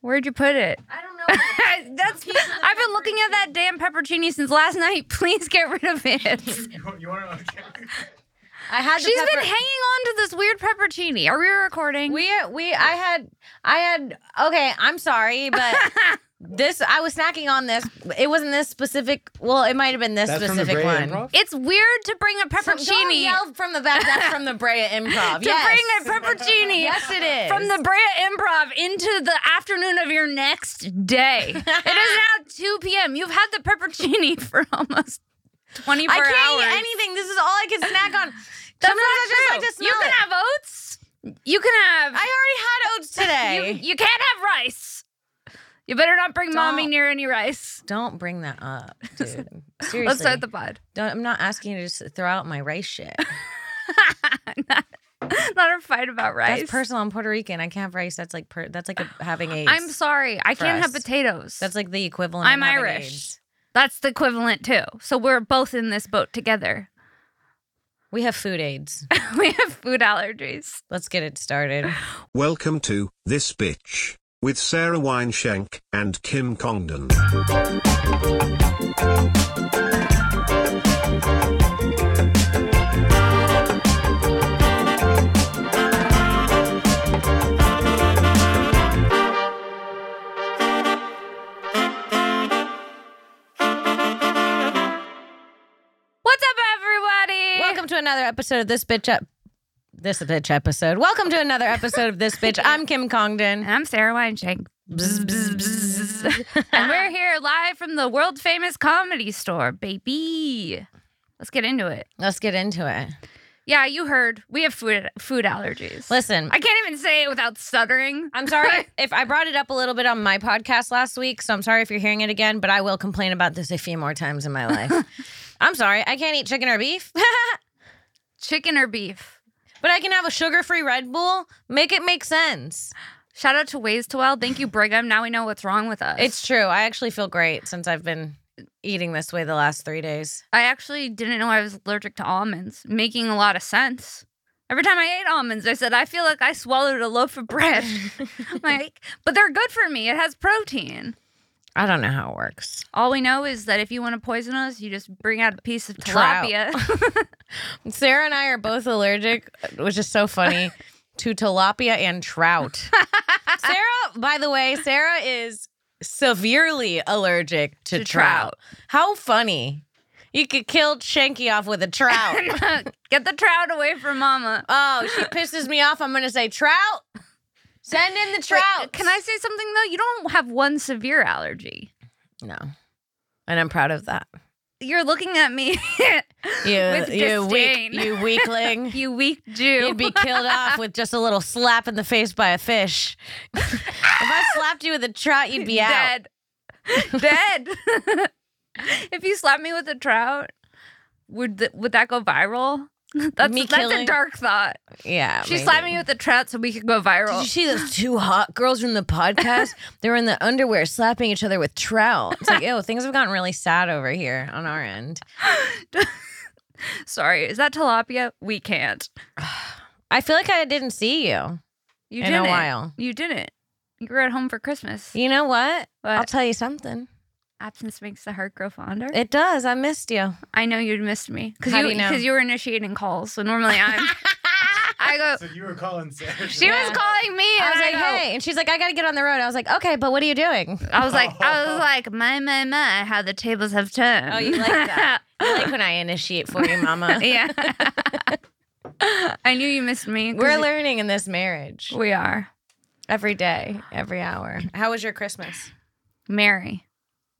Where'd you put it? I don't know. That's. piece of the I've been looking at that damn peppercini since last night. Please get rid of it. She's You, you want to okay. I had the been pepper- hanging on to this weird peppercini. Are we recording? We we I had I had okay, I'm sorry, but this I was snacking on this. It wasn't this specific. Well, it might have been this That's from the specific Brea one. Improv. it's weird to bring a From, peppercini. don't yell from the back. That's from the Brea Improv. to yes. bring a peppercini Yes, it is. from the Brea Improv into the afternoon of your next day. it is now 2 p.m. You've had the peppercini for almost 24 I can't hours. eat anything. This is all I can snack on. That's Sometimes I just not like true. to smell you can it. have oats. You can have. I already had oats today. You, you can't have rice. You better not bring mommy Don't. near any rice. don't bring that up, dude. Seriously. Let's start the pod. Don't, I'm not asking you to just throw out my race shit. not, not a fight about rice. That's personal. I'm Puerto Rican. I can't have rice. That's like per- that's like a, having AIDS. I'm sorry. I for can't have us. potatoes. That's like the equivalent. I'm of having Irish. AIDS. That's the equivalent too. So we're both in this boat together. We have food aids. we have food allergies. Let's get it started. Welcome to This Bitch with Sarah Wineshank and Kim Congdon. What's up, everybody? Welcome to another episode of this bitch up. This bitch episode. Welcome to another episode of this bitch. I'm Kim Congdon. And I'm Sarah Wineshank. Bzz, bzz, bzz. and we're here live from the world famous comedy store, baby. Let's get into it. Let's get into it. Yeah, you heard. We have food food allergies. Listen, I can't even say it without stuttering. I'm sorry if I brought it up a little bit on my podcast last week, so I'm sorry if you're hearing it again, but I will complain about this a few more times in my life. I'm sorry, I can't eat chicken or beef, but Chicken or beef? I can have a sugar free Red Bull. Make it make sense. Shout out to Ways to Well. Thank you, Brigham. Now we know what's wrong with us. It's true. I actually feel great since I've been eating this way the last three days. I actually didn't know I was allergic to almonds, making a lot of sense. Every time I ate almonds, I said, I feel like I swallowed a loaf of bread. like, but they're good for me. It has protein. I don't know how it works. All we know is that if you want to poison us, you just bring out a piece of Trout. tilapia. Sarah and I are both allergic, which is so funny, to tilapia and trout. Sarah, by the way, Sarah is severely allergic to, To trout. trout. How funny. You could kill Shanky off with a trout. Get the trout away from mama. oh, she pisses me off. I'm going to say, Trout, send in the Wait, trout. can I say something though? You don't have one severe allergy. No. And I'm proud of that. You're looking at me, You, With you, disdain. weak, you weakling. you weak Jew. You'd be killed off with just a little slap in the face by a fish. if I slapped you with a trout, you'd be out. dead. dead. if you slap me with a trout, would th- would that go viral? That's Me that's a killing- dark thought. Yeah. She slapped me with a trout so we could go viral. Did you see those two hot girls from the podcast? they were in the underwear slapping each other with trout. It's like, oh, things have gotten really sad over here on our end. Sorry, is that tilapia? We can't. I feel like I didn't see you, You in didn't. a while. You didn't. You were at home for Christmas. You know what? I'll But tell you something. absence makes the heart grow fonder. It does. I missed you. I know you'd missed me because How you do you know? because you were initiating calls. So normally I'm. I go. So you were calling Sarah. She Yeah. was calling me. I and was like, go, hey. And she's like, I got to get on the road. I was like, okay, but what are you doing? I was like, I was like, my, my, my, how the tables have turned. Oh, you like that. You like when I initiate for you, mama. yeah. I knew you missed me. 'cause We're you- learning in this marriage we are. every day, every hour. How was your Christmas? Mary.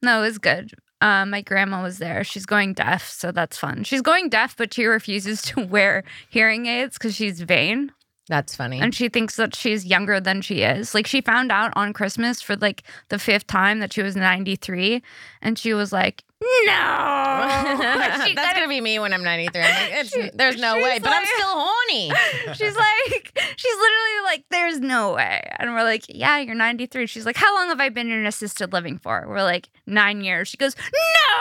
No, it was good. Uh, my grandma was there. She's going deaf, so that's fun. She's going deaf, but she refuses to wear hearing aids because she's vain That's funny. and she thinks that she's younger than she is. Like she found out on Christmas for like the fifth time that she was 93 and she was like, no. She That's got gonna be me when I'm 93. I'm like, it's, She- there's no she's way, but I'm like- still horny. She's like, she's literally like, there's no way. And we're like, yeah, you're 93. She's like, how long have I been in assisted living for? We're like, nine years. She goes,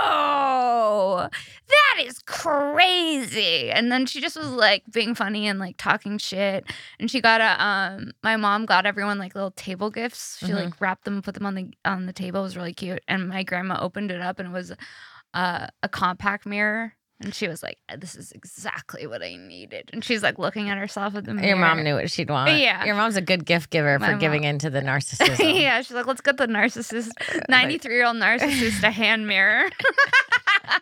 no, that is crazy. And then she just was like being funny and like talking shit. And she got a, um, my mom got everyone like little table gifts. She Mhm. like wrapped them, put them on the on the table. It was really cute. And my grandma opened it up and it was uh, a compact mirror. And she was like, "Uh, "This is exactly what I needed." And she's like looking at herself at the mirror. Your mom knew what she'd want. Yeah. Your mom's a good gift giver My for giving in to the narcissism. yeah, she's like, "Let's get the narcissist, ninety-three-year-old narcissist a hand mirror." and when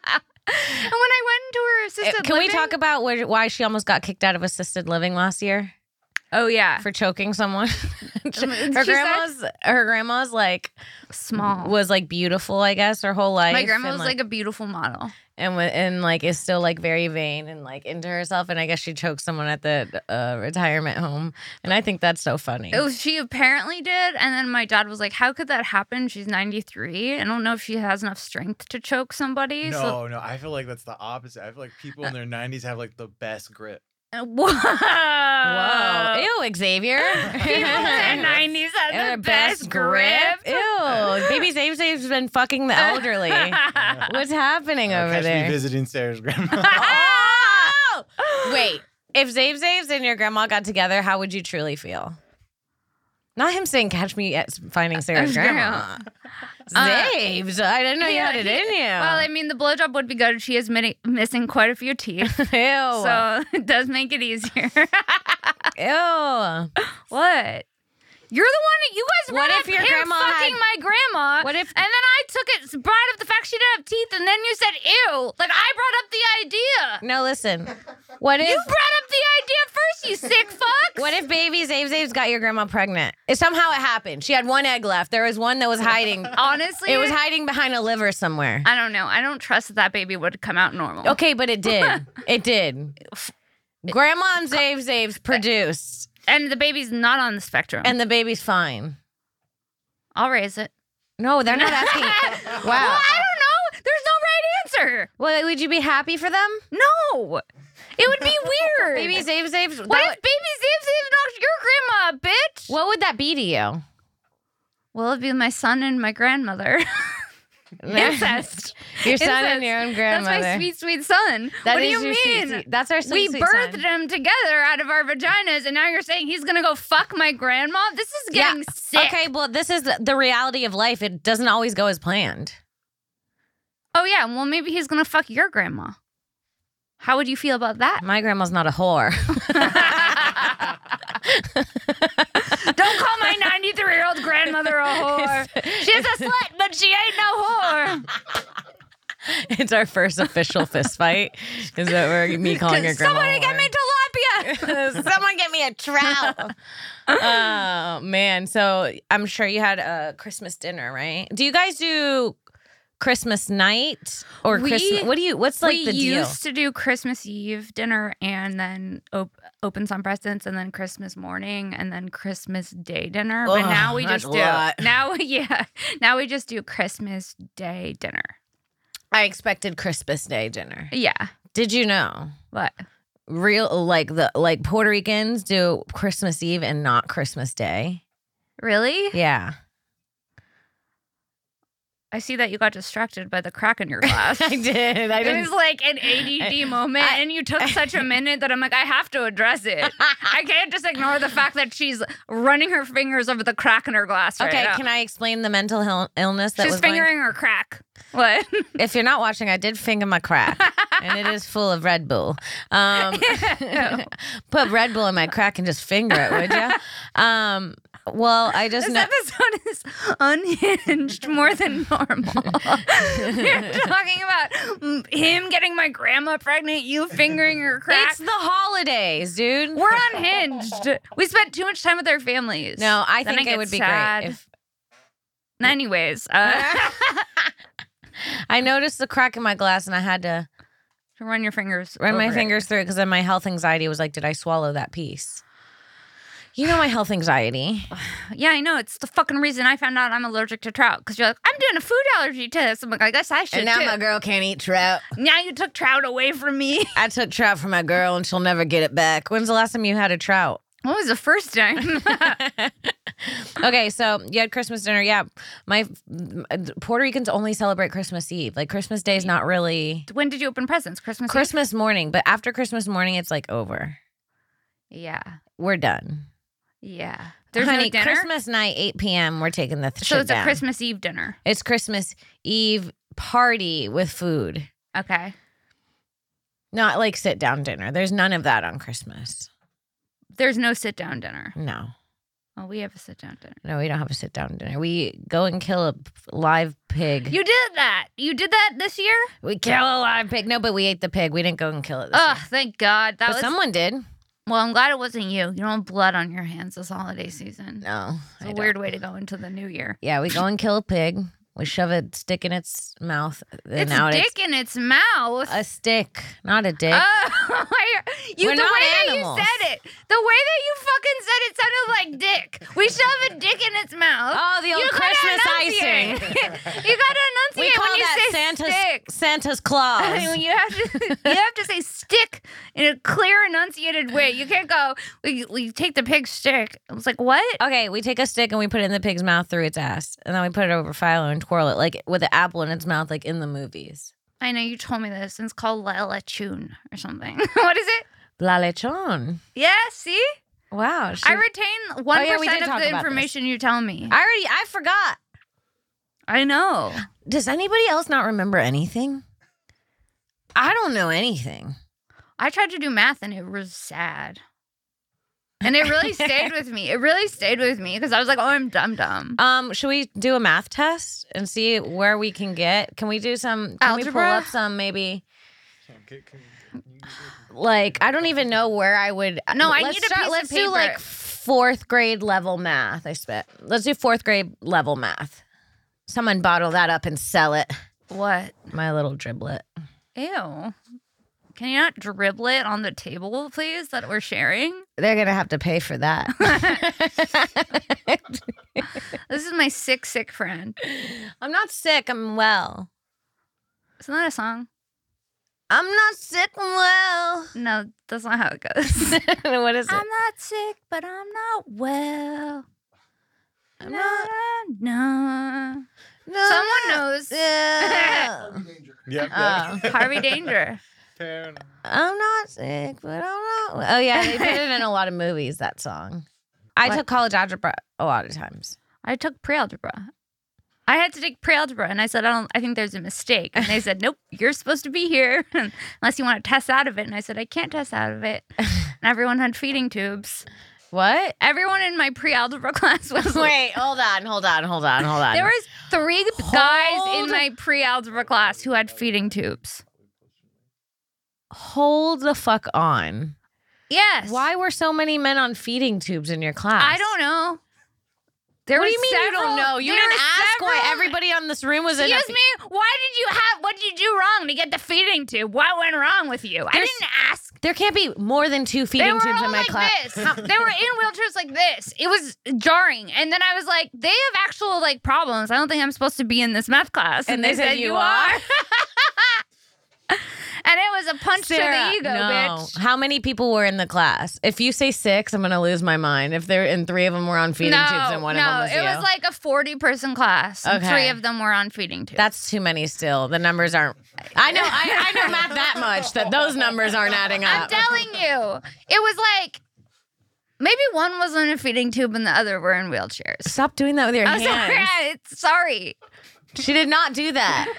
I went into her Uh, assisted Can we living- talk about where, why she almost got kicked out of assisted living last year Oh yeah, for choking someone? She said- her grandma's her grandma's like small. was like beautiful, I guess, her whole life. My grandma and, was like, a beautiful model. and wa- and like is still like very vain and like into herself. And I guess she choked someone at the uh, retirement home. And I think that's so funny. It Oh, was, she apparently did, and then my dad was like, "How could that happen? She's ninety-three. I don't know if she has enough strength to choke somebody." So, No, no, I feel like that's the opposite. I feel like people in their 90s have like the best grip. whoa, Whoa! Ew, Xavier. People in their 90s had And the her best, grip. Ew, baby Zave Zave's been fucking the elderly. What's happening Uh, over catch there? me visiting Sarah's grandma. Oh! Wait, if Zave Zaves and your grandma got together, how would you truly feel? Not him saying, "Catch me at finding Sarah's Sarah. grandma." Uh, Zaves, I didn't know you yeah, had it he- in you. Well, I mean, the blowjob would be good. She is mi- missing quite a few teeth, ew, so it does make it easier. ew. what? You're the one. that You guys What were if up your here grandma fucking had- my grandma? What if- And then I took it pride of the fact she didn't have teeth, and then you said ew. Like I brought up the idea. No, listen. What if? You brought up the idea first, you sick fucks. What if baby Zave Zaves got your grandma pregnant? It, somehow it happened. She had one egg left. There was one that was hiding. Honestly, it was hiding behind a liver somewhere. I don't know. I don't trust that that baby would come out normal. Okay, but it did. It did. Grandma and Zave Zaves produced, And the baby's not on the spectrum. and the baby's fine. I'll raise it. No, they're not asking. Well, Wow. I don't know. There's no right answer. Well, would you be happy for them? No. It would be weird. Baby Zave Zaves. that What if would- baby Zave Zave knocked your grandma, out, bitch? what would that be to you? Well, it'd be my son and my grandmother. Incest. your Incest. son and your own That's grandmother. my sweet, sweet son. That what do is you your mean? sweet, sweet- that's our sweet, we sweet birthed son. them together out of our vaginas, and now you're saying he's gonna go fuck my grandma? This is Yeah. getting sick. Okay, well, this is the- the reality of life. It doesn't always go as planned. Oh yeah. Well, maybe he's gonna fuck your grandma. How would you feel about that? My grandma's not a whore. Don't call my 93 year old grandmother a whore. She's a slut, but she ain't no whore. It's our first official fist fight. Is that where me calling your grandma? Somebody a get me whore. tilapia. Someone get me a trout. oh man! So I'm sure you had a Christmas dinner, right? Do you guys do Christmas night or We- Christmas? What do you? What's like we the deal? used to do Christmas Eve dinner and then op- open some presents and then Christmas morning and then Christmas Day dinner. but Ugh, now we that's just a do lot. now yeah now we just do Christmas Day dinner. I expected Christmas Day dinner. Yeah, Did you know? but Real like the like Puerto Ricans do Christmas Eve and not Christmas Day. really, Yeah. I see that you got distracted by the crack in your glass. I did. I It didn't. was like an ADD moment, I- and you took such a minute that I'm like, I have to address it. I can't just ignore the fact that she's running her fingers over the crack in her glass right okay, now. can I explain the mental health illness that she's was going- fingering her crack. What? If you're not watching, I did finger my crack, and it is full of Red Bull. Um, put Red Bull in my crack and just finger it, would you? Um, well, I just this know. episode is unhinged more than normal. You're talking about mm, him getting my grandma pregnant, you fingering her crack. It's the holidays, dude. We're unhinged. We spent too much time with our families. no, I Then think I it would get be sad. great if Anyways, uh, I noticed the crack in my glass and I had to run your fingers. run my over it. fingers through it because then my health anxiety was like, did I swallow that piece? You know my health anxiety. Yeah, I know. It's the fucking reason I found out I'm allergic to trout. Because you're like, I'm doing a food allergy test. I'm like, I guess I should And now too. my girl can't eat trout. now you took trout away from me. I took trout from my girl and she'll never get it back. When's the last time you had a trout? What was the first time? okay, so you had Christmas dinner. Yeah, my m- Puerto Ricans only celebrate Christmas Eve. Like Christmas Day is not really when did you open presents? Christmas. Eve? Christmas morning, but after Christmas morning, it's like over. Yeah, We're done. yeah. There's Honey, no dinner. Christmas night, eight p.m. We're taking the th- so shit it's a down. Christmas Eve dinner. It's Christmas Eve party with food, Okay. not like sit down dinner. There's none of that on Christmas. There's no sit down dinner. No, Well, we have a sit down dinner. no, we don't have a sit down dinner. We go and kill a p- live pig. You did that. You did that this year. We kill a live pig. No, but we ate the pig. We didn't go and kill it. This Ugh, year. thank God. That but was someone did. well. I'm glad it wasn't you. You don't have blood on your hands this holiday season. No, I It's a don't. weird way to go into the new year. Yeah, we go and kill a pig. We shove a stick in its mouth. and It's out a dick in its mouth. a stick, not a dick. Oh, you, We're the way not that animals. you said it, the way that you fucking said it sounded like dick. We shove a dick in its mouth. oh, the old you gotta Christmas enunciate. icing. you gotta enunciate we call when you that say Santa's stick. Santa's Claus. you have to you have to say stick in a clear enunciated way. You can't go we, we take the pig stick. I was like, what? okay, we take a stick and we put it in the pig's mouth through its ass, and then we put it over Philo and twirl it like with an apple in its mouth, like in the movies. I know you told me this. And it's called La Lechun or something. what is it? La lechon. Yeah. See, Wow, she- I retain one Oh, yeah, we did talk of the about this. information you tell me. I already I forgot. I know. Does anybody else not remember anything? I don't know anything. I tried to do math and it was sad. And it really stayed with me. It really stayed with me because I was like, oh, I'm dumb dumb. Um, should we do a math test and see where we can get? Can we do some? Can we pull Algebra? up some maybe? Can- can- can you- Like I don't even know where I would. No, I let's need a piece of Let's do paper. like fourth grade level math. I spit. Let's do fourth grade level math. Someone bottle that up and sell it. What? My little driblet. Ew. Can you not dribble it on the table, please, that we're sharing? They're gonna have to pay for that. This is my sick, sick friend. I'm not sick. I'm well. Isn't that a song? I'm not sick. I'm well. No, that's not how it goes. what is it? I'm not sick, but I'm not well. I'm No, no. No, Someone knows. Yeah. Yep. Oh. yep. Harvey Danger. Fair enough. I'm not sick, but I'm not. Oh yeah, they put it in a lot of movies. That song. I What? took college algebra a lot of times. I took pre-algebra. I had to take pre-algebra, and I said, "I don't. I think there's a mistake." And they said, "Nope, you're supposed to be here unless you want to test out of it." And I said, "I can't test out of it." And everyone had feeding tubes. What? Everyone in my pre-algebra class was like, Wait, hold on, hold on, hold on, hold on. there was three guys in Hold- my pre-algebra class who had feeding tubes. hold the fuck on. Yes. Why were so many men on feeding tubes in your class? I don't know. There what were do you mean you several- don't know? You there didn't were ask why several- everybody on this room was in. a Excuse fe- me. Why did you have? What did you do wrong to get the feeding tube? What went wrong with you? I There's- didn't ask. There can't be more than two feeding They were tubes all in my like class. this. How- they were in wheelchairs like this. It was jarring. And then I was like, they have actual like problems. I don't think I'm supposed to be in this math class. And they said, "You are." and it was a punch to the ego, bitch. How many people were in the class? If you say six, I'm gonna lose my mind. If there and three of them were on feeding no, tubes and one no, of them was it you. was like a 40 person class. and Okay. Three of them were on feeding tubes. that's too many still. The numbers aren't. I know. I, I know math that much that those numbers aren't adding I'm up. telling you, it was like maybe one was on a feeding tube and the other were in wheelchairs. Stop doing that with your I'm hands. sorry. It's, sorry. She did not do that,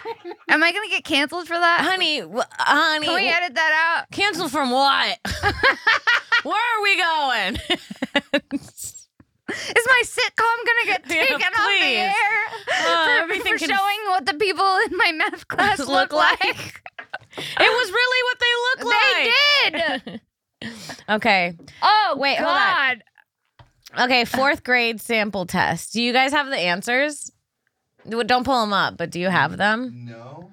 Am I going to get canceled for that? honey. wh- Honey, Can we edit that out? cancel from what? Where are we going? Is my sitcom gonna get Yeah, taken off the please. air Uh, for, everything for can- showing what the people in my math class Look look, like. like? it was really what they look like. They did. Okay. Oh Wait, hold on. God. Okay, fourth grade sample test. Do you guys have the answers? W- Don't pull them up, but do you have them? No.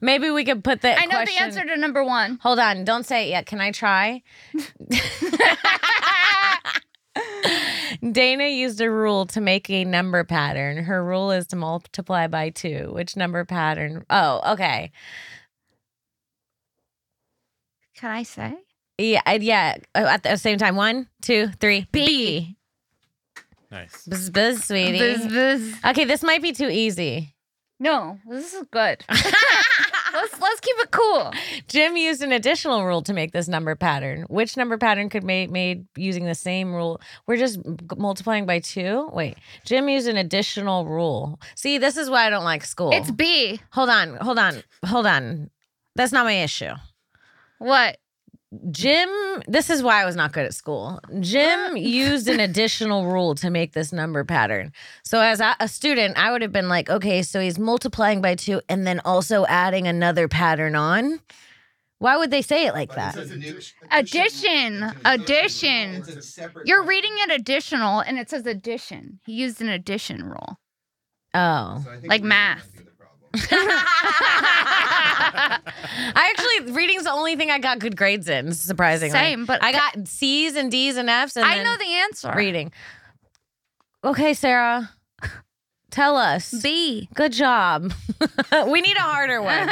Maybe we could put the. I know question- the answer to number one. Hold on, don't say it yet. Can I try? Dana used a rule to make a number pattern. Her rule is to multiply by two. Which number pattern? Oh, okay. Can I say? Yeah, I- yeah. Oh, At the same time, one, two, three. B. Nice. Buzz, buzz, sweetie. Buzz, buzz. Okay, this might be too easy. No, this is good. let's let's keep it cool. Jim used an additional rule to make this number pattern. Which number pattern could be made using the same rule? We're just g- multiplying by two. Wait, Jim used an additional rule. See, this is why I don't like school. It's B. hold on, hold on, hold on. That's not my issue. What? Jim, this is why I was not good at school. Jim used an additional rule to make this number pattern. So, as a, a student, I would have been like, okay, so he's multiplying by two and then also adding another pattern on. Why would they say it like that? Addition. Addition. You're reading it additional, and it says addition. He used an addition rule. Oh. like math. I actually, reading's the only thing I got good grades in, surprisingly. Same, but I got C's and D's and F's. And I then know the answer. reading. Okay, Sarah, tell us. B. Good job. we need a harder one. we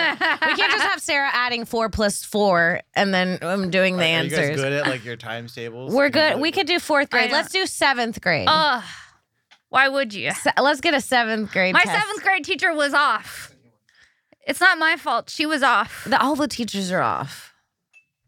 can't just have Sarah adding four plus four and then um, doing the Are- Are you answers. guys good at like your times tables? We're Can you, good. like- We could do fourth grade. know. Oh. Let's do seventh grade. Ugh. Why would you? Se- let's get a seventh grade. My test. seventh grade teacher was off. It's not my fault. She was off. The- all the teachers are off.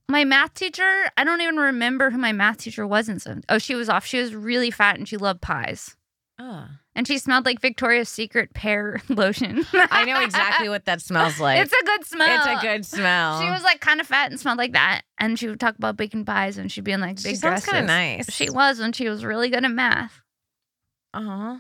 my math teacher, I don't even remember who my math teacher was in some. Oh, she was off. She was really fat and she loved pies. Oh. And she smelled like Victoria's Secret pear lotion. I know exactly what that smells like. it's a good smell. It's a good smell. She was like kind of fat and smelled like that. And she would talk about baking pies and she'd be in like She big sounds dresses. kind of nice. She was when she was really good at math. uh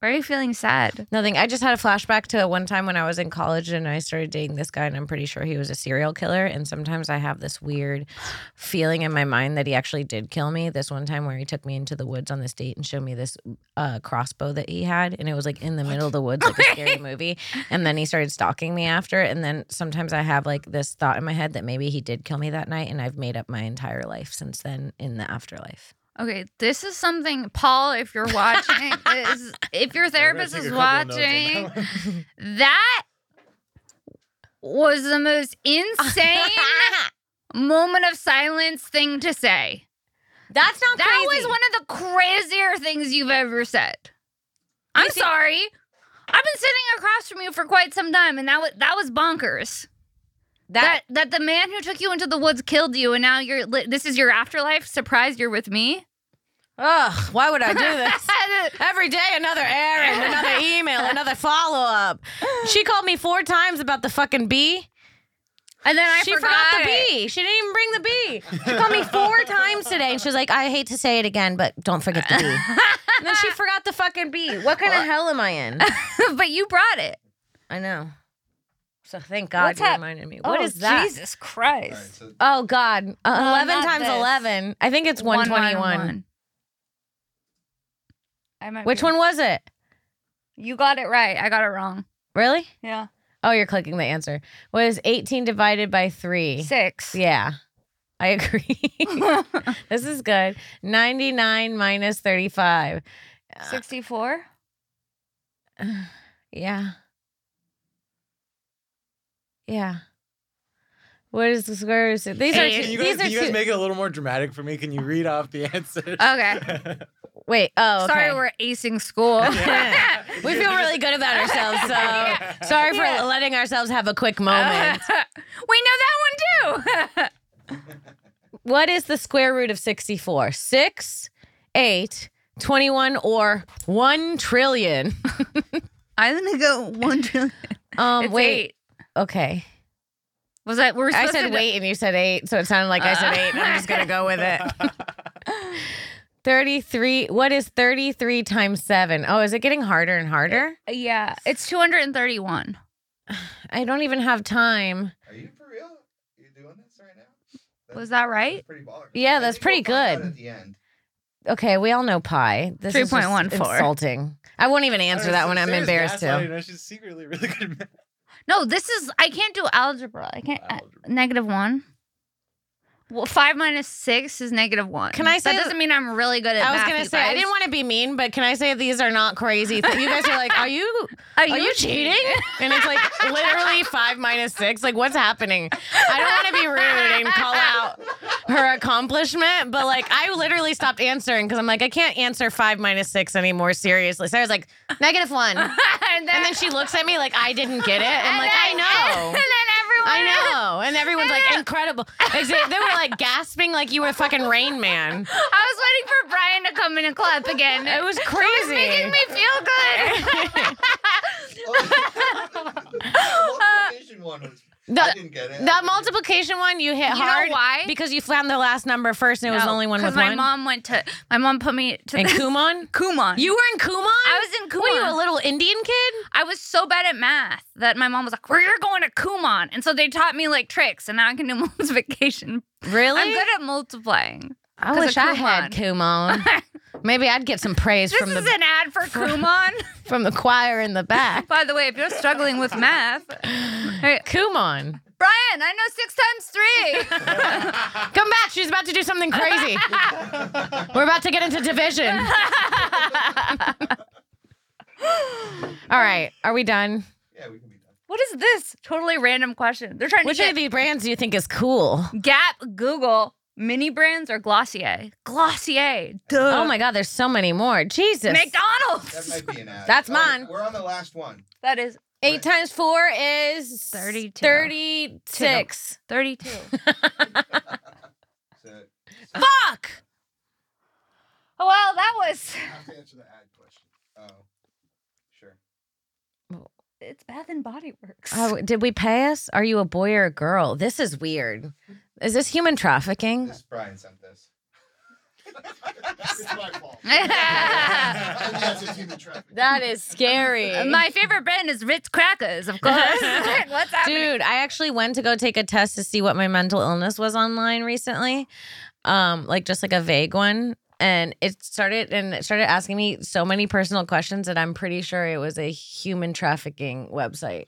Why are you feeling sad? Nothing. I just had a flashback to one time when I was in college and I started dating this guy, and I'm pretty sure he was a serial killer. And sometimes I have this weird feeling in my mind that he actually did kill me. This one time where he took me into the woods on this date and showed me this uh, crossbow that he had, and it was like in the middle of the woods, like a scary movie. And then he started stalking me after it. And then sometimes I have like this thought in my head that maybe he did kill me that night, and I've made up my entire life since then in the afterlife. Okay, this is something, Paul, if you're watching, is, if your We're gonna therapist take is a couple of notes on watching, that one. That was the most insane moment of silence thing to say. That's not That crazy. was one of the crazier things you've ever said. I'm see- sorry. I've been sitting across from you for quite some time, and that was that was bonkers. That, that the man who took you into the woods killed you, and now you're li- this is your afterlife. Surprise, you're with me. Ugh, why would I do this? Every day, another errand, another email, another follow up. She called me four times about the fucking bee. and then I she forgot, forgot, the it. bee. She didn't even bring the bee. She called me four times today, and she was like, "I hate to say it again, but don't forget the bee." and then she forgot the fucking bee. What kind of hell am I in? but you brought it. I know. So thank God What's you hap- reminded me. What Oh, is that? Jesus Christ. Oh God, uh, eleven not times this. eleven. I think it's one twenty-one. I might Which be- one was it? You got it right. I got it wrong. Really? Yeah. Oh, you're clicking the answer. Was 18 divided by 3? Six. Yeah. I agree. this is good. 99 minus 35. 64? Yeah. Yeah. What is the square root of six? These are Eight. two, Can you guys, these are can you guys two. make it a little more dramatic for me? Can you read off the answers? Okay. Wait, oh, okay. Sorry, we're acing school. Yeah. we feel really good about ourselves. So sorry for Yeah. letting ourselves have a quick moment. we know that one too. what is the square root of 64? 6, 8, 21, or 1 trillion? I'm gonna go one trillion. Um, It's wait. eight. Okay. Was that we're I supposed said to wait and you said 8, so it sounded like I said Uh. 8. and I'm just going to go with it. 33. What is 33 times 7? Oh, is it getting harder and harder? Yeah, it's 231. I don't even have time. Are you for real? You doing this right now? Was that right? That's pretty baller. Yeah, I that's think pretty we'll find out good. At the end. Okay, we all know pi. This is just 3.14. insulting. I won't even answer that one. I'm Sarah's embarrassed gaslighting too. us. She's secretly really good at math. No, this is I can't do algebra. I can't uh, Algebra. negative one. Well, five minus six is negative one. Can I say- that doesn't mean I'm really good at I was math, gonna you say I guys. didn't want to be mean, but can I say these are not crazy? Th- you guys are like, are you Are are you cheating? And it's like literally five minus six. Like what's happening? I don't want to be rude and call out her accomplishment, but like I literally stopped answering because I'm like I can't answer five minus six anymore. Seriously, Sarah's like negative one, and and, then, then she looks at me like I didn't get it. I'm and like then- I And know. then everyone. I know. And everyone's like, incredible. Is it- They were like gasping like you were fucking Rain Man. I was waiting for Brian to come in and clap again. It was It was crazy. making me feel good. Oh, the multiplication one was. I Uh, The, didn't get it. the multiplication one you hit You know hard. why? Because you found the last number first and it was the only one with Because my one. mom went to. My mom put me to and this- Kumon? Kumon. You were in Kumon? I was in Kumon. Were you a little Indian kid? I was so bad at math that my mom was like, "Well, you're going to Kumon," and so they taught me like tricks, and now I can do multiplication. Really? I'm good at multiplying. I 'cause wish of I had Kumon. Maybe I'd get some praise This from is the an ad for Kumon. from the choir in the back. By the way, if you're struggling with math, Hey, Kumon. Brian, I know six times three. Come back. She's about to do something crazy. We're about to get into division. All right. Are we done? Yeah, we can be done. what is this? Totally random question. They're trying Which to of get these brands do you think is cool? Gap, Google, mini brands or Glossier. Glossier. Duh. Oh my God, there's so many more. Jesus. That McDonald's. might be an ad. That's All right, mine. We're on the last one. That is Eight times four is 32. 36. 32. So Fuck! Oh, well, that was. I have to answer the ad question. Oh, sure. It's Bath and Body Works. Oh, did we pass? Are you a boy or a girl? This is weird. Is this human trafficking? This Brian sent this. it's my fault. That's a human trafficking. That is scary. My favorite brand is Ritz Crackers, of course. What's happening? Dude, I actually went to go take a test to see what my mental illness was online recently. Um, like just like a vague one. And it started and it started asking me so many personal questions that I'm pretty sure it was a human trafficking website.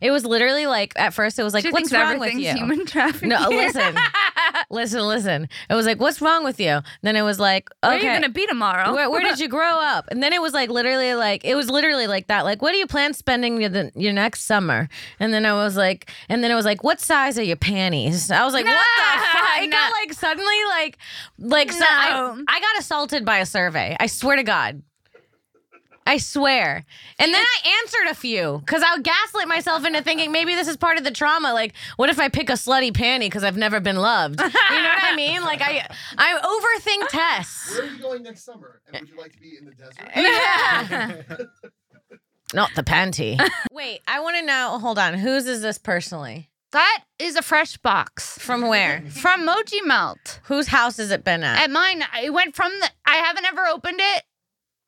It was literally like at first it was like, she What's thinks wrong with everything's you? human trafficking. No, listen. Listen, listen. It was like, What's wrong with you? Then it was like, Where Okay. are you gonna be tomorrow? Where, where did you grow up? And then it was like literally like it was literally like that. Like, what do you plan spending your the, your next summer? And then I was like, and then it was like, what size are your panties? I was like, what the fuck? It No. got like suddenly like like so I, No. I got assaulted by a survey. I swear to God. I swear. And then I answered a few because I would gaslit myself into thinking maybe this is part of the trauma. Like, what if I pick a slutty panty because I've never been loved? You know what I mean? Like, I I overthink tests. Where are you going next summer? And would you like to be in the desert? Not the panty. Wait, I want to know. Hold on. Whose is this personally? That is a fresh box From where? from Moji Melt. Whose house has it been at? At mine, it went from the. I haven't ever opened it.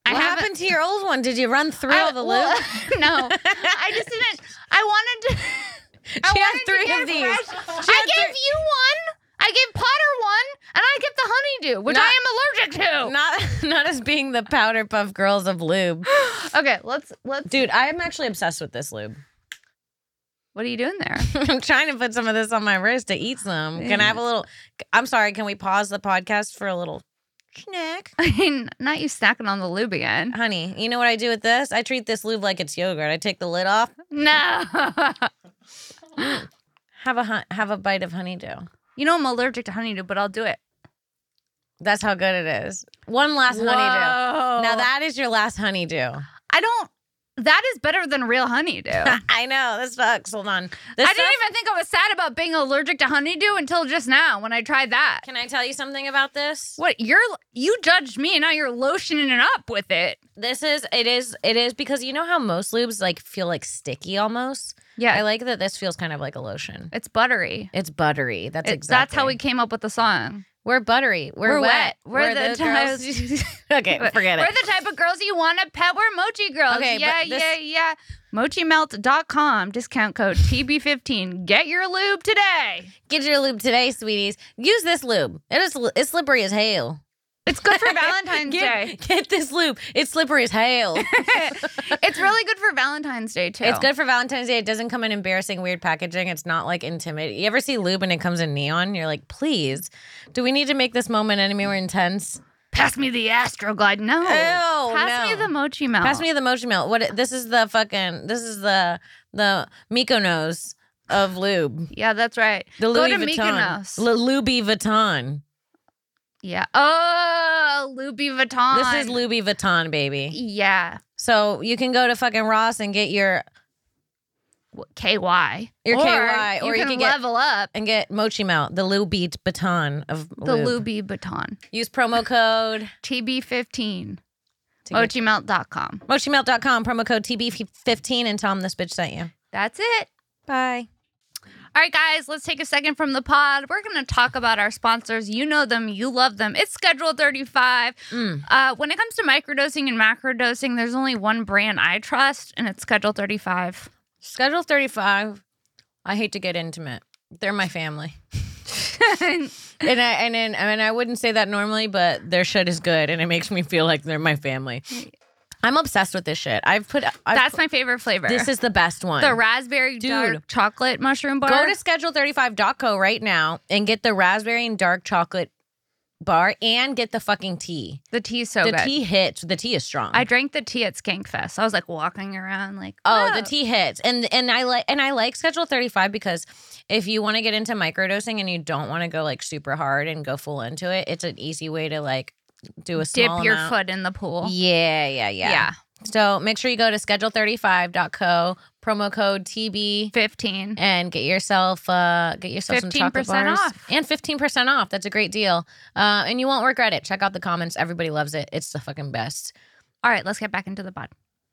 I what haven't. happened to your old one? Did you run through I- all the well, loot? no, I just didn't. I wanted to. I She had wanted to three get of these. fresh- She I had gave three- you one. I gave Potter one, and I gave the honeydew, which Not- I am allergic to. Not, not as being the powder puff girls of lube. okay, let's let's. Dude, I am actually obsessed with this lube. What are you doing there? I'm trying to put some of this on my wrist to eat some. Can I have a little? I'm sorry. Can we pause the podcast for a little snack? I mean, not you snacking on the lube again. Honey, you know what I do with this? I treat this lube like it's yogurt. I take the lid off, No. have a hun- have a bite of honeydew. you know I'm allergic to honeydew, but I'll do it. That's how good it is. One last honeydew. Now that is your last honeydew. I don't. That is better than real honeydew. I I know this sucks. Hold on. This didn't stuff- even think I was sad about being allergic to honeydew until just now when I tried that. Can I tell you something about this? What you're you judged me and now you're lotioning it up with it. This is it is it is because you know how most lubes like feel like sticky almost. Yeah, I like that this feels kind of like a lotion. it's buttery. It's buttery. That's It- exactly. That's how we came up with the song. We're buttery. We're, wet. We're, the, those types. girls- okay, forget We're it. the type of girls you want to pet. We're Mochi girls. Okay, but yeah, this- yeah, yeah. Mochimelt.com discount code TB15. Get your lube today. Get your lube today, sweeties. Use this lube. It is it's slippery as hell. It's good for Valentine's Day. Get, get this loop. It's slippery as hell. it's really good for Valentine's Day too. It's good for Valentine's Day. It doesn't come in embarrassing, weird packaging. It's not like intimate. You ever see lube and it comes in neon? You're like, please, do we need to make this moment any more intense? Pass me the Astroglide. No. Ew, Pass me no. the mochi melt. Pass me the mochi melt. What? This is the fucking. This is the the Mykonos of lube. Yeah, that's right. The Go Louis to Vuitton. Mykonos. L- Louis Vuitton. yeah. Oh, Louis Vuitton. This is Louis Vuitton, baby. Yeah. So you can go to fucking Ross and get your W- KY. Your or KY, or you you can can get- level up and get mochi melt, the Louis Vuitton of the lube. Louis Vuitton. Use promo code TB15. to get Mochimelt.com. MochiMelt.com, promo code TB15, and Tom, this bitch sent you. That's it. Bye. All right, guys, let's take a second from the pod. We're going to talk about our sponsors. You know them, you love them. It's Schedule 35. Mm. Uh, when it comes to microdosing and macrodosing, there's only one brand I trust, and it's Schedule 35. Schedule 35. I hate to get intimate. They're my family. and I and then I mean I wouldn't say that normally, but their shit is good and it makes me feel like they're my family. I'm obsessed with this shit. I've put I've That's put- my favorite flavor. this is the best one. the raspberry Dude. dark chocolate mushroom bar. Go to schedule35.co right now and get the raspberry and dark chocolate bar and get the fucking tea. the tea so the good. tea hits. The tea is strong. I drank the tea at Skankfest. I was like walking around, like Oh, the tea hits, and and I like and I like Schedule Thirty Five because if you want to get into microdosing and you don't want to go like super hard and go full into it, it's an easy way to like do a Dip small your amount. foot in the pool. Yeah, yeah, yeah, So make sure you go to schedule35.co promo code TB fifteen. and get yourself uh get yourself some chocolate 15% bars off. and 15% off. That's a great deal. Uh and you won't regret it. Check out the comments. Everybody loves it. It's the fucking best. All right, let's get back into the pod.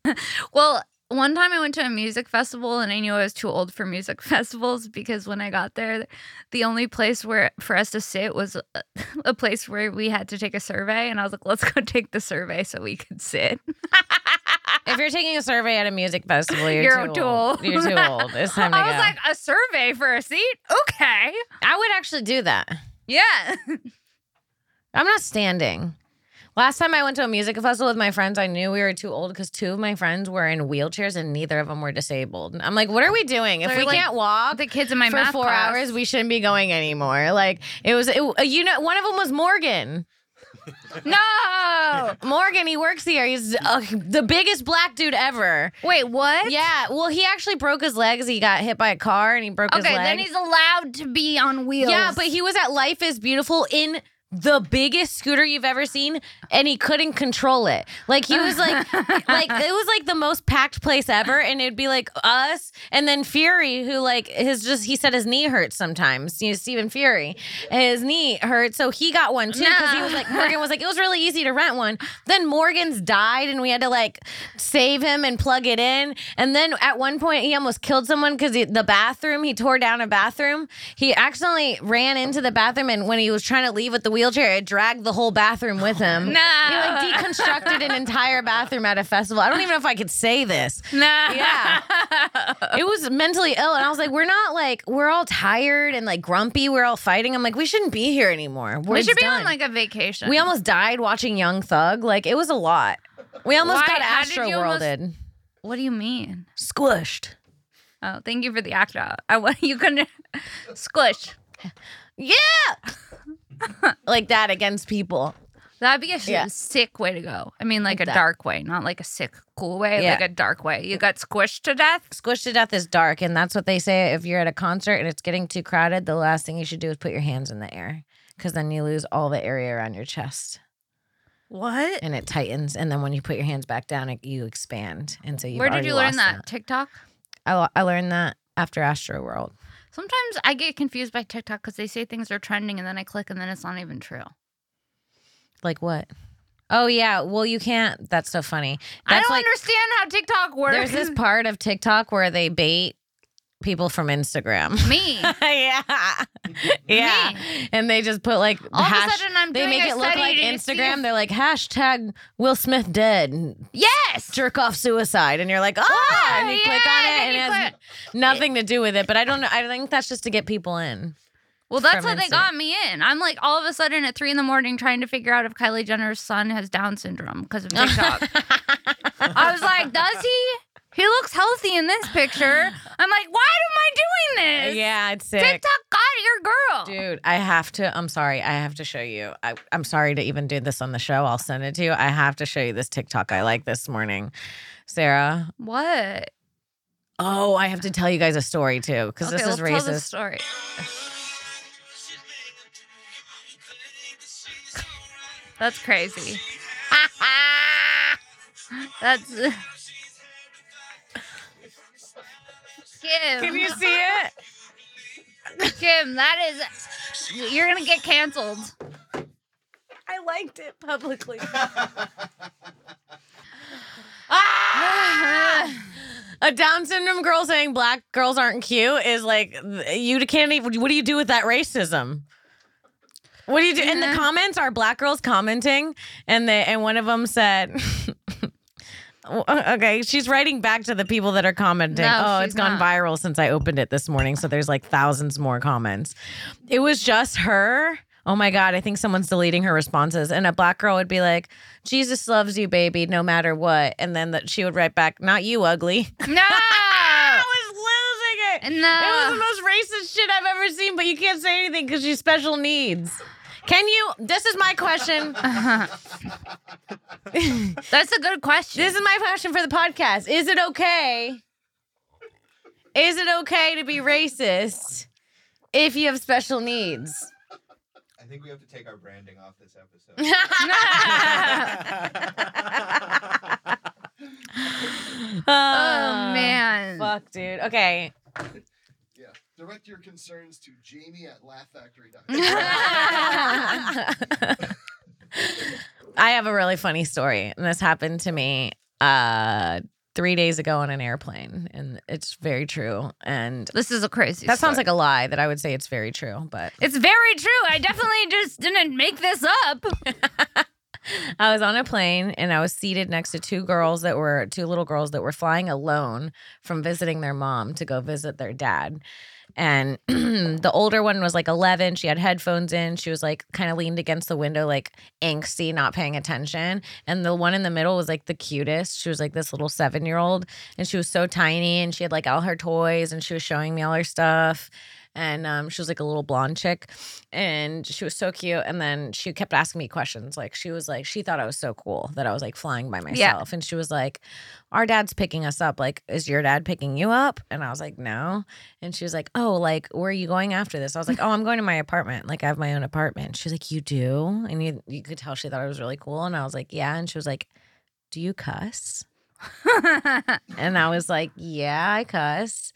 well, one time I went to a music festival and I knew I was too old for music festivals because when I got there, the only place where for us to sit was a, a place where we had to take a survey, and I was like, "Let's go take the survey so we could sit." If you're taking a survey at a music festival, you're, You're too, too old. old. You're too old. It's time to I go. was like, "A survey for a seat? Okay, I would actually do that. yeah." I'm not standing. Last time I went to a music festival with my friends, I knew we were too old because two of my friends were in wheelchairs and neither of them were disabled. And I'm like, what are we doing? If So we you're like, can't walk the kids in my for math four class- hours, we shouldn't be going anymore. Like it was, it, you know, one of them was Morgan. no. Morgan, he works here. He's uh, the biggest black dude ever. Wait, what? Yeah, well, he actually broke his legs. He got hit by a car and he broke his Okay, leg. then he's allowed to be on wheels. Yeah, but he was at Life is Beautiful in the biggest scooter you've ever seen and he couldn't control it. Like he was like like it was like the most packed place ever and it'd be like us and then Fury who like his just he said his knee hurts sometimes. You know, Stephen Fury. His knee hurt so he got one too cuz he was like Morgan was like it was really easy to rent one. Then Morgan's died and we had to like save him and plug it in. And then at one point, he almost killed someone because the bathroom, he tore down a bathroom. He accidentally ran into the bathroom, and when he was trying to leave with the wheelchair, it dragged the whole bathroom with him. No. He like deconstructed an entire bathroom at a festival. I don't even know if I could say this. no. Yeah. It was mentally ill. And I was like, we're not like, we're all tired and like grumpy. We're all fighting. I'm like, we shouldn't be here anymore. we should be done. on like a vacation. we almost died watching Young Thug. Like, it was a lot. We almost Why- got how did Astro you almost- Worlded. What do you mean? Squished. Oh, thank you for the act out. I want you gonna squish. Yeah. like that against people. That'd be a sh- Yeah. sick way to go. I mean, like, Like a that. dark way, not like a sick, cool way, Yeah. like a dark way. You got squished to death. Squished to death is dark, and that's what they say if you're at a concert and it's getting too crowded, the last thing you should do is put your hands in the air. Because then you lose all the area around your chest What? and it tightens. And then when you put your hands back down, it, you expand. And so you Where did you learn that? TikTok? I, lo- I learned that after Astro World. Sometimes I get confused by TikTok because they say things are trending and then I click and then it's not even true. Like what? Oh, yeah. Well, you can't. That's so funny. I That's don't like, understand how TikTok works. There's this part of TikTok where they bait people from Instagram. me. yeah. Yeah. And they just put like All hash- of a sudden, I'm they doing make a it look study like to see if- Instagram. They're like hashtag Will Smith dead, yes. jerk off suicide, and you're like, oh, and you yeah, click on it, and then and you it has click. nothing to do with it. But I don't know. I think that's just to get people in. Well, that's from how they Insta- got me in. I'm like all of a sudden at three in the morning trying to figure out if Kylie Jenner's son has Down syndrome because of TikTok. I was like, does he? He looks healthy in this picture. I'm like, why am I doing this? yeah, it's sick. TikTok got your girl. Dude, I have to. I'm sorry. I have to show you. I, I'm sorry to even do this on the show. I'll send it to you. I have to show you this TikTok I like this morning, Sarah. What? Oh, I have to tell you guys a story too, because Okay, this is let's tell the racist. story. That's crazy. That's. Kim, Can you see it? Kim, that is. You're gonna get canceled. I liked it publicly. A Down syndrome girl saying black girls aren't cute is like th- you can't even. What do you do with that racism? What do you do? And Yeah. the comments are black girls commenting, and they and one of them said. Well, Okay, she's writing back to the people that are commenting. No, oh, she's it's gone not. viral since I opened it this morning. So there's like thousands more comments. It was just her. Oh my God, I think someone's deleting her responses. And a black girl would be like, Jesus loves you, baby, no matter what. And then that she would write back, Not you, ugly. No. I was losing it. It was the No. most racist shit I've ever seen, but you can't say anything because she's special needs. Can you? This is my question. That's a good question. This is my question for the podcast. Is it okay? Is it okay to be racist if you have special needs? I think we have to take our branding off this episode. oh man. Ah, Fuck, dude. Okay. Yeah. Direct your concerns to Jamie at laughfactory.com. I have a really funny story, and this happened to me uh three days ago on an airplane, and it's very true. And This is a crazy. that sounds story. like a lie that I would say it's very true, but It's very true. I definitely just didn't make this up. I was on a plane and I was seated next to two girls that were two little girls that were flying alone from visiting their mom to go visit their dad. And the older one was like 11. She had headphones in. She was like kind of leaned against the window, like angsty, not paying attention. And the one in the middle was like the cutest. She was like this little seven year old. And she was so tiny and she had like all her toys and she was showing me all her stuff. And um, she was like a little blonde chick and she was so cute. And then she kept asking me questions. Like she was like, she thought I was so cool that I was like flying by myself. And she was like, Our dad's picking us up. Like, is your dad picking you up? And I was like, No. And she was like, Oh, like, where are you going after this? I was like, Oh, I'm going to my apartment. Like, I have my own apartment. She was like, You do? And you you could tell she thought I was really cool. And I was like, Yeah. And she was like, Do you cuss? And I was like, yeah, I cuss.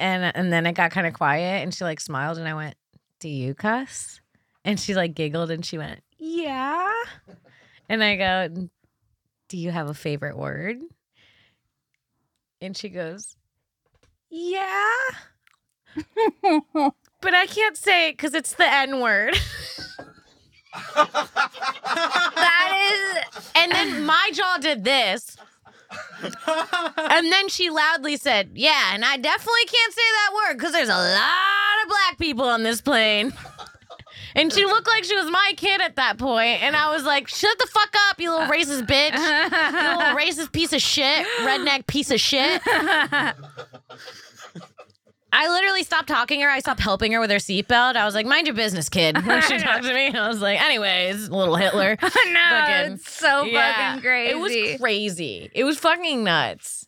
And uh, and then it got kind of quiet and she like smiled and I went, "Do you cuss?" And she like giggled and she went, "Yeah." And I go, "Do you have a favorite word?" And she goes, "Yeah." but I can't say it cuz it's the N word. that is And then my jaw did this. and then she loudly said, Yeah, and I definitely can't say that word because there's a lot of black people on this plane. And she looked like she was my kid at that point, And I was like, Shut the fuck up, you little racist bitch. You little racist piece of shit. Redneck piece of shit. I literally stopped talking to her. I stopped helping her with her seatbelt. I was like, Mind your business, kid. When she talked to me, I was like, Anyways, little Hitler. no. Fucking- It's so Yeah. fucking crazy. It was crazy. It was fucking nuts.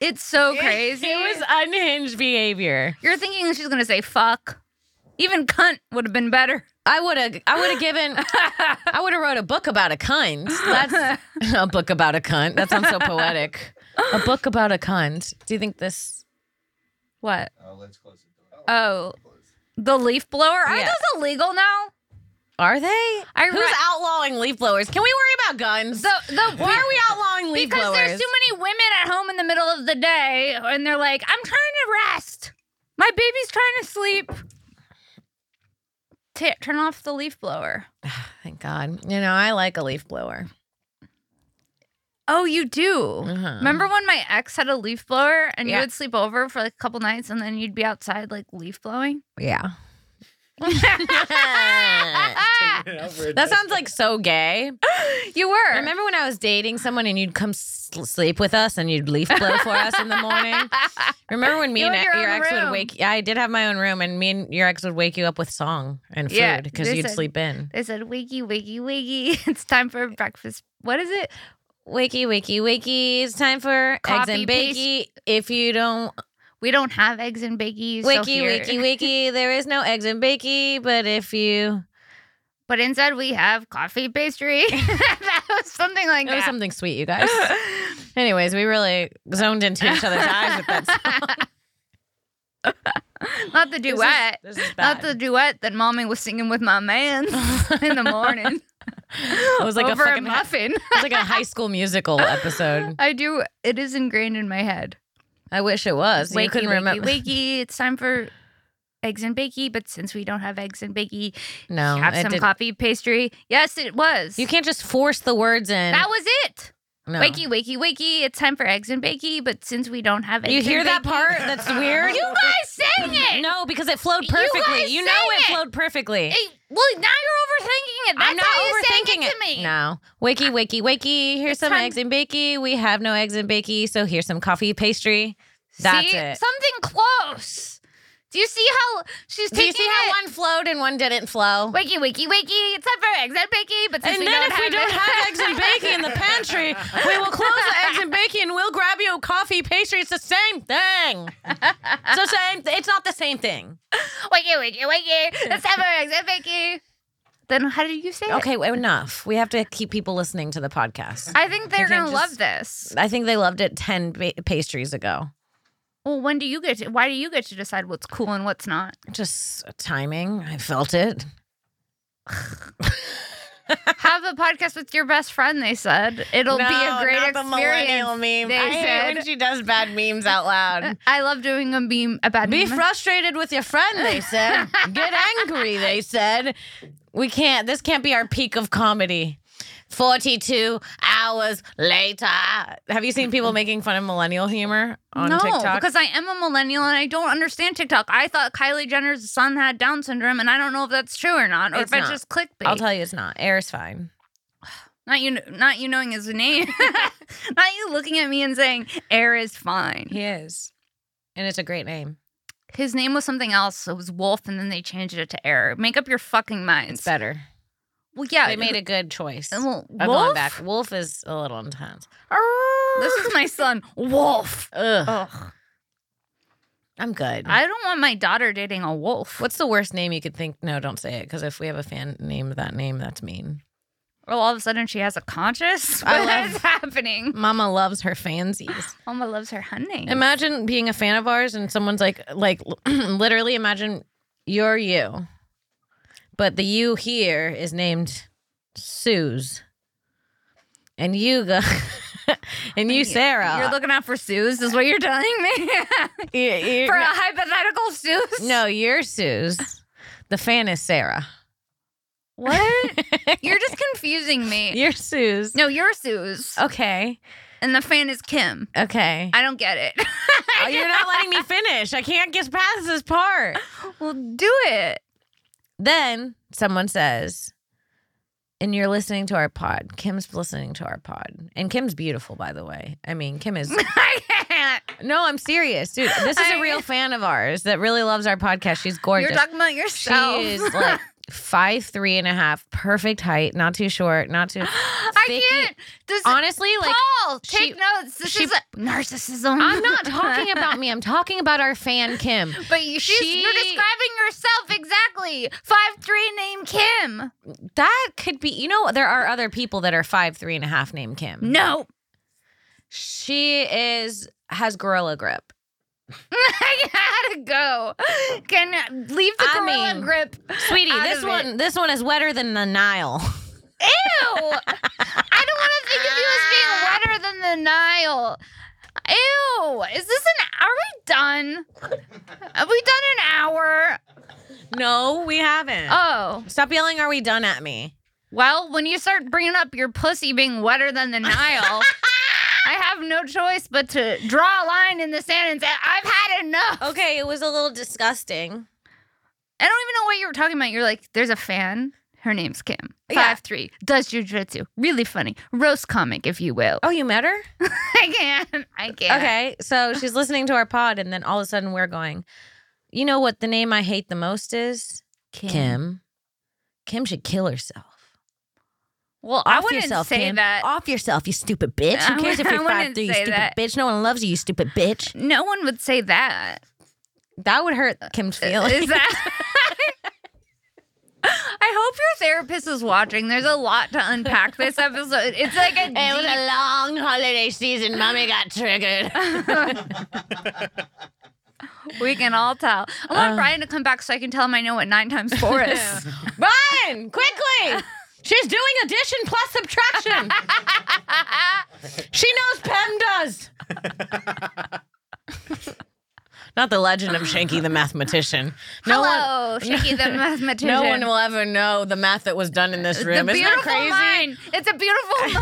it's so crazy. It was unhinged behavior. You're thinking she's gonna say fuck. Even cunt would have been better. I would have. I would have given. I would have wrote a book about a cunt. That's a book about a cunt. That sounds so poetic. A book about a cunt. Do you think this? What? oh, let's close the door. Oh, the leaf blower. Are Yeah. those illegal now? Are they? I Who's re- outlawing leaf blowers? Can we worry about guns? the the Why are we outlawing leaf because blowers? there's too many women at home in the middle of the day, and they're like, "I'm trying to rest. My baby's trying to sleep." T- turn off the leaf blower. Thank God. You know, I like a leaf blower. Oh, you do. Uh-huh. Remember when my ex had a leaf blower and Yeah. you would sleep over for like a couple nights and then you'd be outside like leaf blowing? Yeah. That that sounds like so gay. you were. Remember when I was dating someone and you'd come s- sleep with us and you'd leaf blow for us in the morning? Remember when me You and had your, your own ex would room. wake? Yeah, I did have my own room, and me and your ex would wake you up with song and Yeah, food because they you'd said- sleep in. They said, Wiggy, wiggy, wiggy. It's time for breakfast. What is it? Wakey, wakey, wakey! It's time for eggs Copy, and paste. bakey. If you don't We don't have eggs and biggies. so wakey, here. wakey, wakey, there is no eggs and bakey. But if you, But instead, we have coffee pastry. that was something like it was that. something sweet, you guys. Anyways, we really zoned into each other's eyes with that song. Not the This is- duet. This is Not bad. the duet that mommy was singing with my man in the morning. It was like over a a fucking. It muffin. was like a High School Musical episode. I do. It is ingrained in my head. I wish it was. wakey, you couldn't wakey, remember. Wakey, it's time for eggs and bakey. But since we don't have eggs and bakey, No, have it some did- coffee pastry. Yes, it was. You can't just force the words in. That was it. no. Wakey, wakey, wakey. It's time for eggs and bakey. But since we don't have eggs, You and hear that bakey- part? That's weird. You guys sang it. no, because it flowed You guys perfectly. You, know sang it. it. flowed perfectly. Hey, well, now you're overthinking it. That's I'm not how you sang overthinking it, to me. No. Wakey, wakey, wakey. Here's It's some time- eggs and bakey. We have no eggs and bakey, so here's some coffee pastry. That's See? it. Something close. Do you see how she's Do taking you see how it? one flowed and one didn't flow? Wakey, wakey, wakey. It's time for eggs and bakey. But since and we don't then if we have don't it- have eggs and bakey in the pantry, we will close the eggs and bakey and we'll grab you a coffee pastry. It's the same thing. It's the same. It's not the same thing. wakey, wakey, wakey. It's time for eggs and bakey. Then how did you say it? Okay, wait, enough. We have to keep people listening to the podcast. I think they're can't gonna just- love this. I think they loved it 10 ba- pastries ago. Well, when do you get to? Why do you get to decide what's cool and what's not? Just timing. I felt it. Have a podcast with your best friend. They said it'll be a great experience. meme. they I hate when said. she does bad memes out loud. I love doing a meme about Be meme. frustrated with your friend, they said. Get angry, they said. We can't, this can't be our peak of comedy. 42 hours later. Have you seen people making fun of millennial humor on no, TikTok? because I am a millennial and I don't understand TikTok. I thought Kylie Jenner's son had Down syndrome, and I don't know if that's true or not, or It's if not. it's just clickbait. I'll tell you it's not. Air's fine. not you, not you knowing his name, not you looking at me and saying "air is fine." He is. And it's a great name. His name was something else. so It was Wolf, and then they changed it to Air. Make up your fucking minds. It's better. Well, yeah, They made a good choice. uh, I'm Well, going Wolf. back. Wolf is a little intense. This is my son, Wolf. Ugh. Ugh. I'm good. I don't want my daughter dating a wolf. What's the worst name you could think? No, don't say it. Because if we have a fan named that name, that's mean. Well, all of a sudden she has a conscience. I What is love- happening? Mama loves her fansies. Alma loves her honey. Imagine being a fan of ours and someone's like, like literally imagine you're you, but the you here is named Suze, and you go, and you Sarah. You're looking out for Suze, is what you're telling me? You- you- for a hypothetical Suze? no, you're Suze. The fan is Sarah. What? you're just confusing me. You're Suze. No, you're Suze. Oh. Okay. And the fan is Kim. Okay. I don't get it. Oh, you're not letting me finish. I can't get past this part. well, do it. Then someone says, and you're listening to our pod. Kim's listening to our pod. And Kim's beautiful, by the way. I mean, Kim is. I can't. no, I'm serious, dude. This is a I- real fan of ours that really loves our podcast. She's You're gorgeous. talking about she yourself. is like five, three and a half, perfect height, not too short, not too. I thicky. can't. Does Honestly, like. Paul, she- take notes. This she- is a, narcissism. I'm not talking about me. I'm talking about our fan, Kim. But you, she's, you're She- describing yourself exactly. Five three, name Kim. That could be, you know, there are other people that are five, three and a half named Kim. No. She is has gorilla grip. I had to go. Can leave the I gorilla mean- grip. Sweetie, Out this of it. one this one is wetter than the Nile. Ew. I don't want to think of you as being wetter than the Nile. Ew. Is this an? Are we done? Have we done an hour? No, we haven't. Oh. Stop yelling, are we done at me? Well, when you start bringing up your pussy being wetter than the Nile, no choice but to draw a line in the sand and say, I've had enough. Okay, it was a little disgusting. I don't even know what you were talking about. You're like, there's a fan. Her name's Kim. Yeah. Five three. Does jujitsu. Really funny. Roast comic, if you will. Oh, you met her? I can't. I can't. Okay, so she's listening to our pod, and then all of a sudden we're going, you know what the name I hate the most is? Kim. Kim, should kill herself. Well, I Off wouldn't yourself, say Kim. that. Off yourself, you stupid bitch. I Who cares if wou- you're I five wouldn't three, you say stupid that. bitch? No one loves you, you stupid bitch. No one would say that. That would hurt Kim's feelings. Is that? I hope your therapist is watching. There's a lot to unpack this episode. It's like a. It was deep- a long holiday season. Mommy got triggered. we can all tell. I want Uh. Brian to come back so I can tell him I know what nine times four is. Brian, quickly! She's doing addition plus subtraction. she knows PEMDAS. Not the legend of Shanky the mathematician. No one, Hello, Shaky the mathematician. no one will ever know the math that was done in this room. The Isn't that beautiful crazy? mind. It's a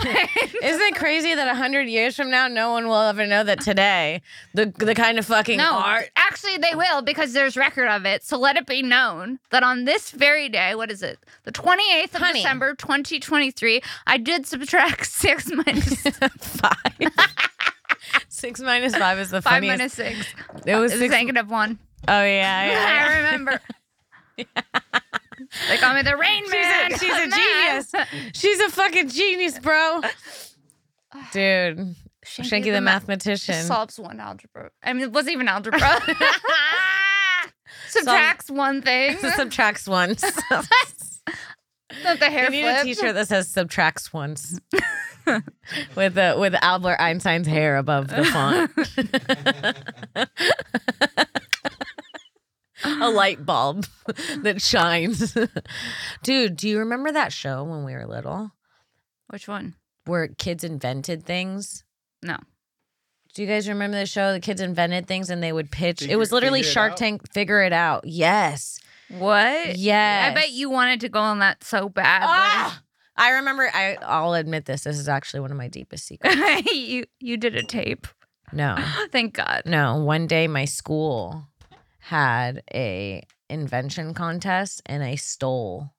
beautiful mind. Isn't it crazy that hundred years from now, no one will ever know that today the the kind of fucking No, art actually, they will because there's record of it. So let it be known that on this very day, what is it? The 28th of Honey. December, 2023, I did subtract six minus five. six minus five is the five funniest. minus six. it was It's six. negative one. Oh yeah, yeah. I remember. they call me the Rain Man. She's a, she's a of math. genius. She's a fucking genius, bro. Dude, Shanky, Shanky the, mathematician. solves one algebra. I mean, it wasn't even algebra. Subtracts one thing. subtracts once. Not the I hair need a flip. T-shirt that says "subtracts once" with the with Albert Einstein's hair above the font. a light bulb that shines. Dude, do you remember that show when we were little? Which one? where kids invented things? No. Do you guys remember the show? The kids invented things and they would pitch. it Figure- was literally figure it Shark out? Tank. Figure it out. Yes. What? Yes. I bet you wanted to go on that so bad. Ah! I remember. I, I'll admit this. This is actually one of my deepest secrets. but you you did a tape. No. Thank God. No. One day, my school had a invention contest, and I stole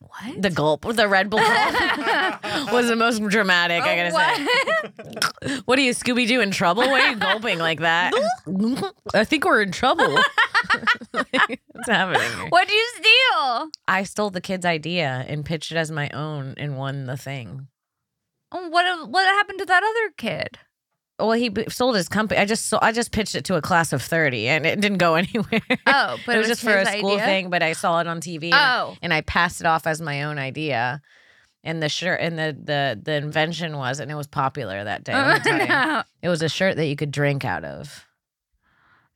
What? the gulp. The Red Bull gulp was the most dramatic. Oh, I gotta say. What are you, Scooby Doo, in trouble? Why are you gulping like that? I think we're in trouble. What's happening? here? What'd you steal? I stole the kid's idea and pitched it as my own and won the thing. Oh, What what happened to that other kid? Well, he b- sold his company. I just sold, I just pitched it to a class of thirty, and it didn't go anywhere. Oh, but it was just for a his school idea? thing. But I saw it on TV, and, I- Oh, and I passed it off as my own idea. And the shirt and the the the invention was, and it was popular that day. let me tell you. Oh, no. It was a shirt that you could drink out of.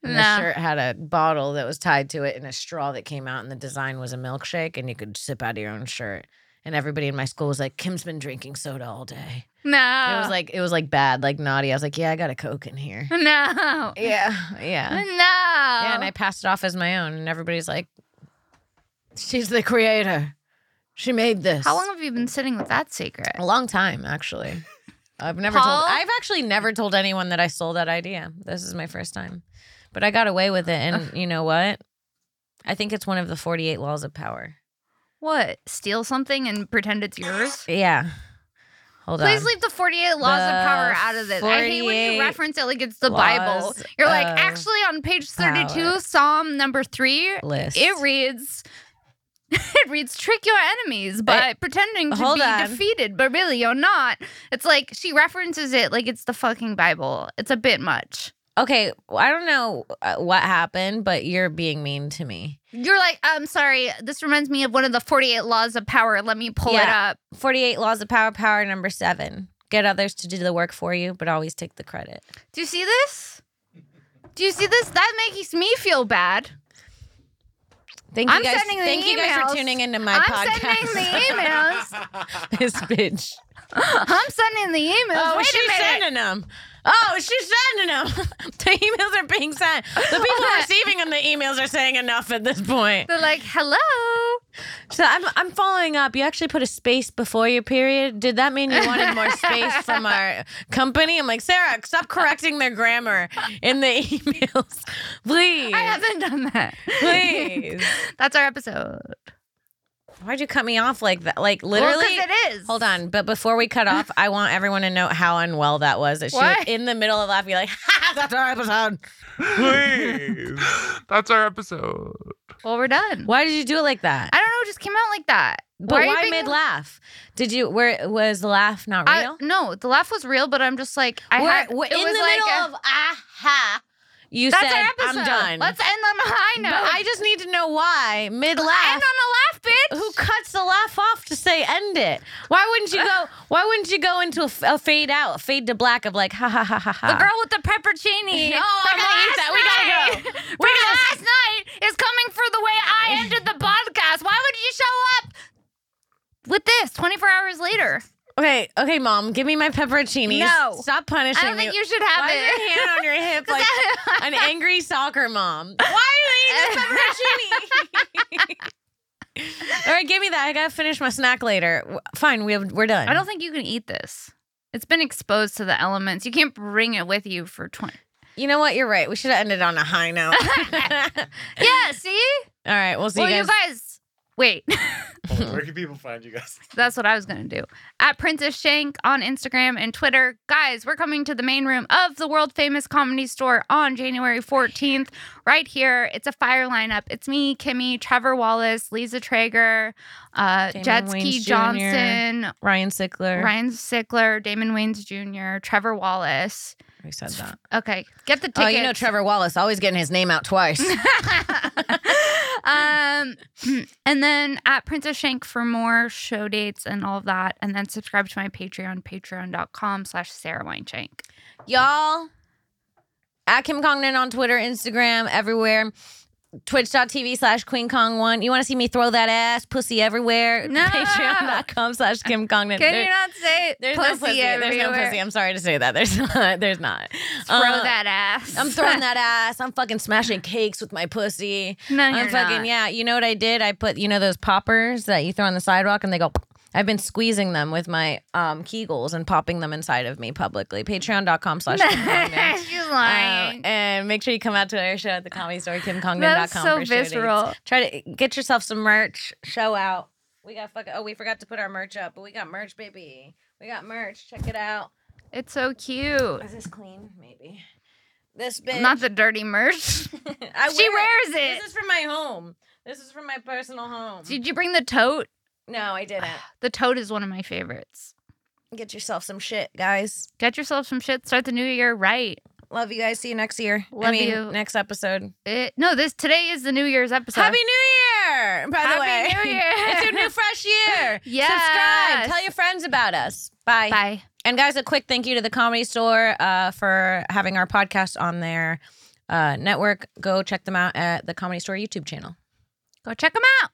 And No. the shirt had a bottle that was tied to it and a straw that came out, and the design was a milkshake, and you could sip out of your own shirt. And everybody in my school was like, "Kim's been drinking soda all day." No. It was like it was like bad, like naughty. I was like, "Yeah, I got a coke in here." no. yeah, yeah, No. yeah. And I passed it off as my own, and everybody's like, "She's the creator. She made this." How long have you been sitting with that secret? A long time, actually. I've never Paul? told. I've actually never told anyone that I stole that idea. This is my first time, but I got away with it. And you know what? I think it's one of the forty-eight laws of power. What? Steal something and pretend it's yours? Yeah. Hold Please on. leave the 48 laws of The power out of this. I hate when 48 you reference it like it's the Bible. laws You're like, of actually, on page 32, power. Psalm number three, List. it reads. It reads trick your enemies by pretending to hold be on. defeated, but really you're not. It's like she references it like it's the fucking Bible. It's a bit much. okay. well, I don't know uh, what happened, but you're being mean to me. You're like, I'm sorry, this reminds me of one of the 48 laws of power. Let me pull it Yeah. up. Forty-eight laws of power. Power number seven. Get others to do the work for you, but always take the credit. Do you see this? Do you see this? That makes me feel bad. Thank you I'm guys. sending the Thank you guys emails. for tuning into my I'm podcast. sending the emails. this bitch. I'm sending the emails. Oh, Wait she's a minute. sending them. Oh, she's sending them. the emails are being sent. The people receiving them, the emails are saying enough at this point. They're like, hello. So I'm, I'm following up. You actually put a space before your period. Did that mean you wanted more space from our company? I'm like, Sarah, stop correcting their grammar in the emails. Please. I haven't done that. Please. That's our episode. Why'd you cut me off like that? Like Well, literally. 'cause it is. Hold on, but before we cut off, I want everyone to know how unwell that was. That she was What? in the middle of laughing, like, ha, that's our episode. Please. That's our episode. Well, we're done. Why did you do it like that? I don't know. It just came out like that. But are you why being- mid laugh? Did you? Where was the laugh not I- real? no, the laugh was real, but I'm just like, I Where- had, where- it in was the like middle a- of aha, you that's said, our episode. "I'm done." Let's end on a high but note. I just need to know why mid end laugh. on a laugh, bitch. Who cuts the laugh off to say end it? Why wouldn't you go? Why wouldn't you go into a, f- a fade out, fade to black of like ha ha ha ha ha? The girl with the peppercini. Oh, I from gotta eat Ah. last that. We gotta night- From last night is coming for the way I ended the podcast. Why would you show up with this 24 hours later? Okay, okay, mom, give me my pepperoncinis. No. stop punishing I don't me. think you should have Why is it. your hand on your hip like an angry soccer mom? Why are you eating this pepperoncini? All right, give me that. I gotta finish my snack later. W- Fine, we have, we're done. I don't think you can eat this. It's been exposed to the elements. You can't bring it with you for 20. You know what? You're right. We should have ended on a high note. Yeah, see? All right, we'll see well, you guys. wait. Hold on, Where can people find you guys? That's what I was going to do. At Princess Shank on Instagram and Twitter. Guys, we're coming to the main room of the world famous comedy store on January 14th, right here. It's a fire lineup. It's me, Kimmy, Trevor Wallace, Lisa Traeger, uh, Damon Jetski Wayans Jr. Johnson, Ryan Sickler. Ryan Sickler, Damon Waynes Jr., Trevor Wallace. Who said that? Okay, get the tickets. Oh, you know Trevor Wallace, always getting his name out twice. um, and then at Princess Shank for more show dates and all of that. And then subscribe to my Patreon, patreon.com slash Sarah Wineshank. y'all at kim congdon on twitter instagram everywhere twitch.tv slash queen kong one you want to see me throw that ass pussy everywhere No. patreon.com slash kim congdon Can There- you not say there's pussy no pussy there's no everywhere? pussy i'm sorry to say that there's not there's not Throw Uh, that ass. i'm throwing that ass i'm fucking smashing cakes with my pussy no, you're i'm fucking not. yeah you know what i did i put you know those poppers that you throw on the sidewalk and they go i've been squeezing them with my um kegels and popping them inside of me publicly patreon.com slash Kim Congdon. She's Oh, Uh, lying. and make sure you come out to our show at the comedy store, kimcongdon.com. That's so for show dates. visceral. Try to get yourself some merch, show out. We got fuck. Oh, we forgot to put our merch up, but we got merch, baby. We got merch. Check it out. It's so cute. Is this clean? Maybe. This bitch. Not the dirty merch. I she wear wears it. This is from my home. This is from my personal home. Did you bring the tote? no, I didn't. The tote is one of my favorites. Get yourself some shit, guys. Get yourself some shit. Start the new year right. Love you guys. See you next year. I Love mean, you. next episode. It, no, this today is the New Year's episode. Happy New Year! By the way, Happy New Year. it's your new fresh year. Yes. Subscribe. Tell your friends about us. Bye. Bye. And guys, a quick thank you to the Comedy Store uh, for having our podcast on their uh, network. Go check them out at the Comedy Store YouTube channel. Go check them out.